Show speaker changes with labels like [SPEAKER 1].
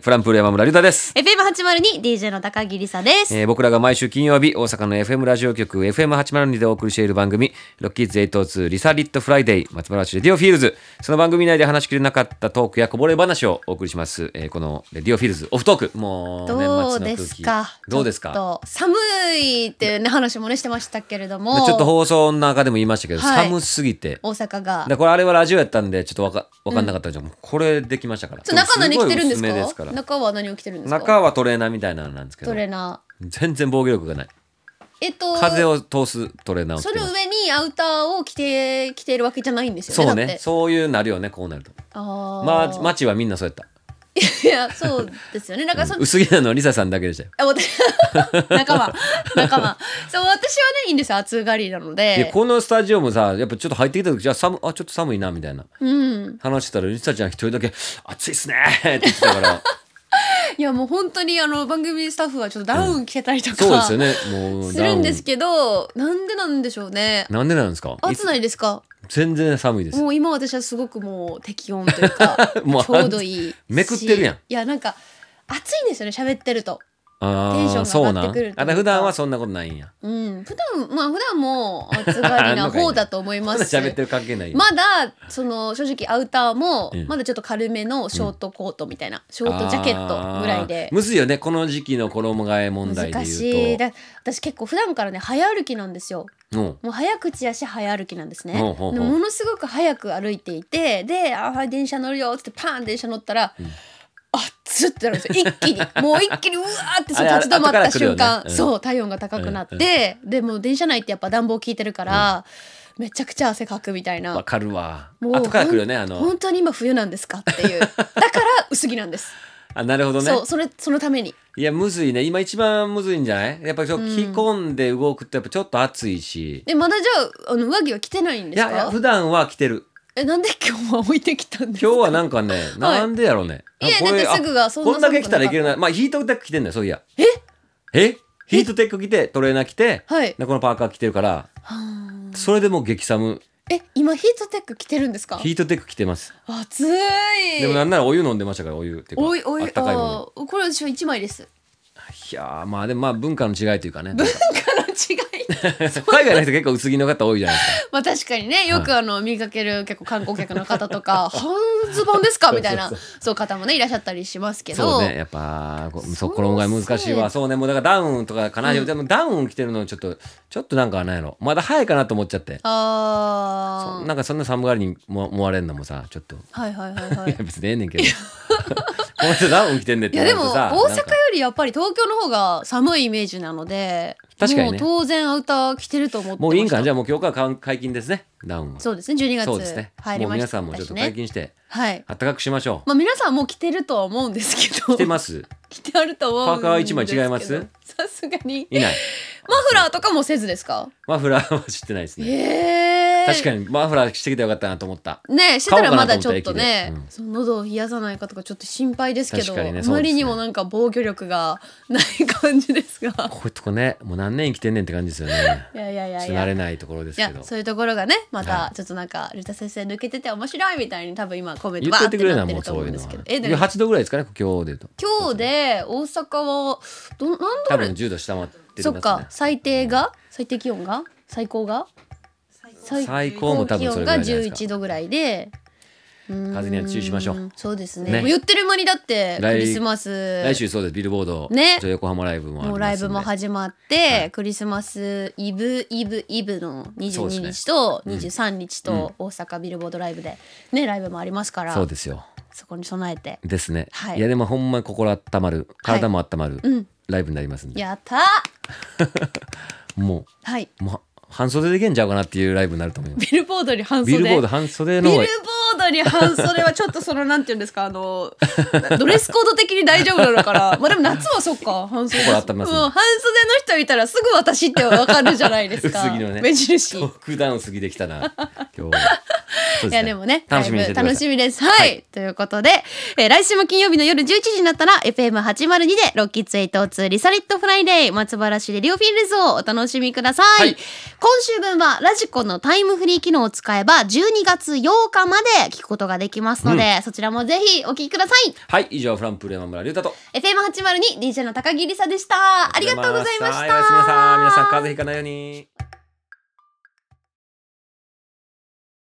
[SPEAKER 1] フランプール山村隆太です。
[SPEAKER 2] FM802 DJ の高木梨沙です、
[SPEAKER 1] えー僕らが毎週金曜日、大阪の FM ラジオ局 FM802 でお送りしている番組、ロッキーズ802リサリットフライデー、松原市レディオフィールズ。その番組内で話しきれなかったトークやこぼれ話をお送りします。えーこのレディオフィールズオフトーク。もう年末の
[SPEAKER 2] ど
[SPEAKER 1] 空
[SPEAKER 2] う
[SPEAKER 1] 気。
[SPEAKER 2] ですか
[SPEAKER 1] どうですか
[SPEAKER 2] ちょっと寒いっていうね話もねしてましたけれど
[SPEAKER 1] で
[SPEAKER 2] も
[SPEAKER 1] ちょっと放送の中でも言いましたけど、
[SPEAKER 2] はい
[SPEAKER 1] 寒すぎて。
[SPEAKER 2] 大阪が
[SPEAKER 1] でこれあれはラジオやったんでちょっとわかわかんなかったんですけど、これできましたから。
[SPEAKER 2] ちょ中何着てるんです
[SPEAKER 1] ご
[SPEAKER 2] か
[SPEAKER 1] いおめですから
[SPEAKER 2] 中は何を着てるんですか
[SPEAKER 1] 中はトレーナーみたいなのなんですけど
[SPEAKER 2] トレーナー
[SPEAKER 1] 全然防御力がない
[SPEAKER 2] えっと
[SPEAKER 1] 風を通すトレーナーを着
[SPEAKER 2] そ
[SPEAKER 1] て
[SPEAKER 2] の
[SPEAKER 1] ます
[SPEAKER 2] 上にアウターを着て着てるわけじゃないんですよね
[SPEAKER 1] そう
[SPEAKER 2] だっ
[SPEAKER 1] ね
[SPEAKER 2] て
[SPEAKER 1] そういうなるよねこうなると
[SPEAKER 2] あー
[SPEAKER 1] まあ街はみんなそうやっ
[SPEAKER 2] いやそうですよねなんか
[SPEAKER 1] た
[SPEAKER 2] その
[SPEAKER 1] 薄着なのリサさんだけでしたよ
[SPEAKER 2] あ私 仲間仲間そう私はねいいんですよ暑がりなの
[SPEAKER 1] いや
[SPEAKER 2] で
[SPEAKER 1] このスタジオもさやっぱちょっと入ってきた時じゃあ寒あちょっと寒いなみたいな
[SPEAKER 2] うん
[SPEAKER 1] 話してたらリサちゃん一人だけ「暑いっすね」って言ってたから
[SPEAKER 2] いやもう本当にあの番組スタッフはちょっとダウン着てたりと
[SPEAKER 1] そうで
[SPEAKER 2] か、
[SPEAKER 1] すよねもう
[SPEAKER 2] するんです
[SPEAKER 1] け
[SPEAKER 2] けどなんでなんでしょうね
[SPEAKER 1] なんでなんですかい
[SPEAKER 2] 暑
[SPEAKER 1] つ
[SPEAKER 2] ないですか
[SPEAKER 1] 全然寒いです
[SPEAKER 2] もう今私はすごくもう適温とい うか
[SPEAKER 1] もう
[SPEAKER 2] ちょうどいいし
[SPEAKER 1] めくってるやん
[SPEAKER 2] いやなんか暑いんですよね喋ってると
[SPEAKER 1] あ
[SPEAKER 2] テンショ
[SPEAKER 1] あ
[SPEAKER 2] ンが
[SPEAKER 1] そうな
[SPEAKER 2] 上がってくる
[SPEAKER 1] ん
[SPEAKER 2] というか
[SPEAKER 1] あ普段はそんなことないんや
[SPEAKER 2] うん普段まあ普段も暑が りな方だと思い
[SPEAKER 1] ま
[SPEAKER 2] ま
[SPEAKER 1] だ
[SPEAKER 2] すし
[SPEAKER 1] 喋ってる関係ない
[SPEAKER 2] まだその正直アウターも
[SPEAKER 1] うん
[SPEAKER 2] まだちょっと軽めのショートコートみたいな、ショートジャケットぐらいで
[SPEAKER 1] あーむずいよねこの時期の衣替え問題で
[SPEAKER 2] 難し
[SPEAKER 1] 言
[SPEAKER 2] いう
[SPEAKER 1] と
[SPEAKER 2] だ私結構普段からね早歩きなんですよ
[SPEAKER 1] うん
[SPEAKER 2] もう早口やし早歩きなんですね。で
[SPEAKER 1] ほう
[SPEAKER 2] も
[SPEAKER 1] ほうほう
[SPEAKER 2] のすごく早く歩いていてで「あー電車乗るよ」っつってパーン電車乗ったら「
[SPEAKER 1] うん
[SPEAKER 2] あっつ」ってなるんですよ一 気にもう一気にうわーってそう
[SPEAKER 1] あれ
[SPEAKER 2] 立ち止まっ
[SPEAKER 1] 後から
[SPEAKER 2] た
[SPEAKER 1] 来るよ
[SPEAKER 2] 瞬
[SPEAKER 1] ね
[SPEAKER 2] 間、
[SPEAKER 1] うん
[SPEAKER 2] そう体温が高くなって、でもう電車内ってやっぱ暖房効いてるから、めちゃくちゃ汗かくみたい
[SPEAKER 1] わ
[SPEAKER 2] な。
[SPEAKER 1] かるわ
[SPEAKER 2] もう
[SPEAKER 1] 後から来るよねあの
[SPEAKER 2] 本当に今冬なんですかっていうだから薄着なんです、
[SPEAKER 1] あなるほどね
[SPEAKER 2] そうそれそのために
[SPEAKER 1] いやむずいね今一番むずいんじゃないやっぱりそう着込んで動くってやっぱちょっと暑いし、
[SPEAKER 2] でまだじゃああの上着は着てないん
[SPEAKER 1] い
[SPEAKER 2] です
[SPEAKER 1] や
[SPEAKER 2] か
[SPEAKER 1] いや普段は着てる
[SPEAKER 2] えなんで今日は置いてきたんですか
[SPEAKER 1] 今日はなんかね、なんでやろうね
[SPEAKER 2] いや
[SPEAKER 1] なんかこれ
[SPEAKER 2] だってすぐがそんな
[SPEAKER 1] あこんだけ着たらいける
[SPEAKER 2] 寒くなか
[SPEAKER 1] なまあヒートテック着てんだよそういやええヒートテック着てトレーナー着て、
[SPEAKER 2] はい
[SPEAKER 1] でこのパーカー着てるから
[SPEAKER 2] はー
[SPEAKER 1] それでもう激寒
[SPEAKER 2] え今ヒートテック着てるんですか
[SPEAKER 1] ヒートテック着てます
[SPEAKER 2] 暑い
[SPEAKER 1] でもなんならお湯飲んでましたからお湯っていうか
[SPEAKER 2] おいおい
[SPEAKER 1] あったかいもの
[SPEAKER 2] あーこれ私は一枚です
[SPEAKER 1] いやーまあでもまあ文化の違いというかねなんか
[SPEAKER 2] 文化の違い
[SPEAKER 1] 海外の人結構薄着の方多いじゃないです
[SPEAKER 2] まあ確かにねよくあの見かける結構観光客の方 とか半ズボンですかみたいなそう方もねいらっしゃったりしますけ
[SPEAKER 1] かそ
[SPEAKER 2] ど
[SPEAKER 1] うねやっぱこそう
[SPEAKER 2] う
[SPEAKER 1] 衣替え難しいわそうねもうだからダウンとかかな、でもダウン着てるのちょっとちょっとなんかなんやろまだ早いかなと思っちゃって
[SPEAKER 2] あ
[SPEAKER 1] そ
[SPEAKER 2] ー
[SPEAKER 1] なんかそんな寒がりにも思われるのもさちょっとい
[SPEAKER 2] はいはいはいはい
[SPEAKER 1] や 別にええねんけどこの人ダウン着てんねっ
[SPEAKER 2] い
[SPEAKER 1] て
[SPEAKER 2] や
[SPEAKER 1] な
[SPEAKER 2] で
[SPEAKER 1] る
[SPEAKER 2] も
[SPEAKER 1] と
[SPEAKER 2] 大
[SPEAKER 1] さ
[SPEAKER 2] 阪よりやっぱり東京の方が寒いイメージなので
[SPEAKER 1] 確かにね
[SPEAKER 2] もう当然アウター着てると思ってました
[SPEAKER 1] もういいんかじゃあもう今日から解禁ですねダウンは
[SPEAKER 2] そうですね12月
[SPEAKER 1] そうですね
[SPEAKER 2] 入り
[SPEAKER 1] もう皆
[SPEAKER 2] ました
[SPEAKER 1] さんもちょっと解
[SPEAKER 2] ね
[SPEAKER 1] 禁して
[SPEAKER 2] はい
[SPEAKER 1] あったかくしましょう
[SPEAKER 2] まあ皆さんもう着てるとは思うんですけど
[SPEAKER 1] 着てます
[SPEAKER 2] 着てあると思うんですけど
[SPEAKER 1] パーカー一枚違います
[SPEAKER 2] さすがに
[SPEAKER 1] いない
[SPEAKER 2] マフラーとかもせずですか
[SPEAKER 1] マフラーは知ってないですね
[SPEAKER 2] ええ
[SPEAKER 1] 確か
[SPEAKER 2] に
[SPEAKER 1] にマフラーしてきてよかったなと思った
[SPEAKER 2] ねえしてたらまだちょっ
[SPEAKER 1] 買お
[SPEAKER 2] と
[SPEAKER 1] うかなと
[SPEAKER 2] ね
[SPEAKER 1] 思った駅でうん
[SPEAKER 2] その喉を冷やさないかとかちょっと心配ですけど、
[SPEAKER 1] 確かにねそうで
[SPEAKER 2] あ
[SPEAKER 1] すね
[SPEAKER 2] まりにもなんか防御力がない感じで すが
[SPEAKER 1] こういうとこねもう何年生きてんねんって感じですよね
[SPEAKER 2] いやいやいや
[SPEAKER 1] ちょっ
[SPEAKER 2] い
[SPEAKER 1] と慣
[SPEAKER 2] や
[SPEAKER 1] れないところです
[SPEAKER 2] い
[SPEAKER 1] け
[SPEAKER 2] や
[SPEAKER 1] ど
[SPEAKER 2] そういうところがねま
[SPEAKER 1] は
[SPEAKER 2] たちょっとなんか竜太先生抜けてて面白いみたいに多分今コメント
[SPEAKER 1] 言っといてくれ
[SPEAKER 2] わー
[SPEAKER 1] な
[SPEAKER 2] っ
[SPEAKER 1] も
[SPEAKER 2] る
[SPEAKER 1] う
[SPEAKER 2] と
[SPEAKER 1] そ
[SPEAKER 2] 思
[SPEAKER 1] ういううん
[SPEAKER 2] で
[SPEAKER 1] のは
[SPEAKER 2] すけどえでも
[SPEAKER 1] 8度ぐらいですかね今日でいうと
[SPEAKER 2] 今日で大阪はど何度
[SPEAKER 1] 多
[SPEAKER 2] ぐらい
[SPEAKER 1] 分10度下回ってますね
[SPEAKER 2] そっか最低が最低気温が最高が最
[SPEAKER 1] 最高も多分それぐらいじゃない
[SPEAKER 2] 最
[SPEAKER 1] ですか
[SPEAKER 2] 高気温が11度ぐらいで風
[SPEAKER 1] 風には注意しましょう
[SPEAKER 2] そうですね
[SPEAKER 1] ね
[SPEAKER 2] もう言ってる間にだってク
[SPEAKER 1] 来
[SPEAKER 2] リスマス
[SPEAKER 1] 来週そうですビルボード
[SPEAKER 2] ね
[SPEAKER 1] ちょ横浜ライブもありますん
[SPEAKER 2] も
[SPEAKER 1] で
[SPEAKER 2] うライブも始まって、クリスマスイブイブイブの
[SPEAKER 1] そうです
[SPEAKER 2] 22
[SPEAKER 1] ね
[SPEAKER 2] 日と23日と大阪ビルボードライブでねライブもありますから
[SPEAKER 1] そうですよ
[SPEAKER 2] そこに備えて
[SPEAKER 1] ですね、、
[SPEAKER 2] はいい
[SPEAKER 1] やでもほんまに心温まる体も温まる、
[SPEAKER 2] うん
[SPEAKER 1] ライブになりますんで
[SPEAKER 2] やったー
[SPEAKER 1] も
[SPEAKER 2] はい。
[SPEAKER 1] うもう半袖でいけんちゃうかなっていうライブになると思います
[SPEAKER 2] ビルボードに半袖
[SPEAKER 1] ビルボード半袖の
[SPEAKER 2] ビルボードに半袖はちょっとそのなんていうんですかあのドレスコード的に大丈夫なのかなまあでも夏はそっか半袖
[SPEAKER 1] 心温まりますね
[SPEAKER 2] うん半袖の人いたらすぐ私ってわかるじゃないですか
[SPEAKER 1] 薄着のね
[SPEAKER 2] 目印
[SPEAKER 1] トークダウン過ぎてきたな今日はそうす
[SPEAKER 2] い
[SPEAKER 1] ね
[SPEAKER 2] やでもね、
[SPEAKER 1] 楽しみにしてて
[SPEAKER 2] だ
[SPEAKER 1] くだ
[SPEAKER 2] いぶ楽
[SPEAKER 1] さ
[SPEAKER 2] し
[SPEAKER 1] い。
[SPEAKER 2] みです。はい、
[SPEAKER 1] はい
[SPEAKER 2] ということで、えー来週も金曜日の夜11時になったら FM802 でロッキーツ802リサリットフライデー松原市レディオフィールズをお楽しみください。
[SPEAKER 1] はい
[SPEAKER 2] 今週分はラジコのタイムフリー機能を使えば12月8日まで聞くことができますので、そちらもぜひお聞きください。
[SPEAKER 1] はい、以上フランプーレマ村龍太と。
[SPEAKER 2] FM802 DJ の高木りさでした。ありがとうございま
[SPEAKER 1] お
[SPEAKER 2] した。
[SPEAKER 1] やすみなさい。皆さん、風邪ひかないように。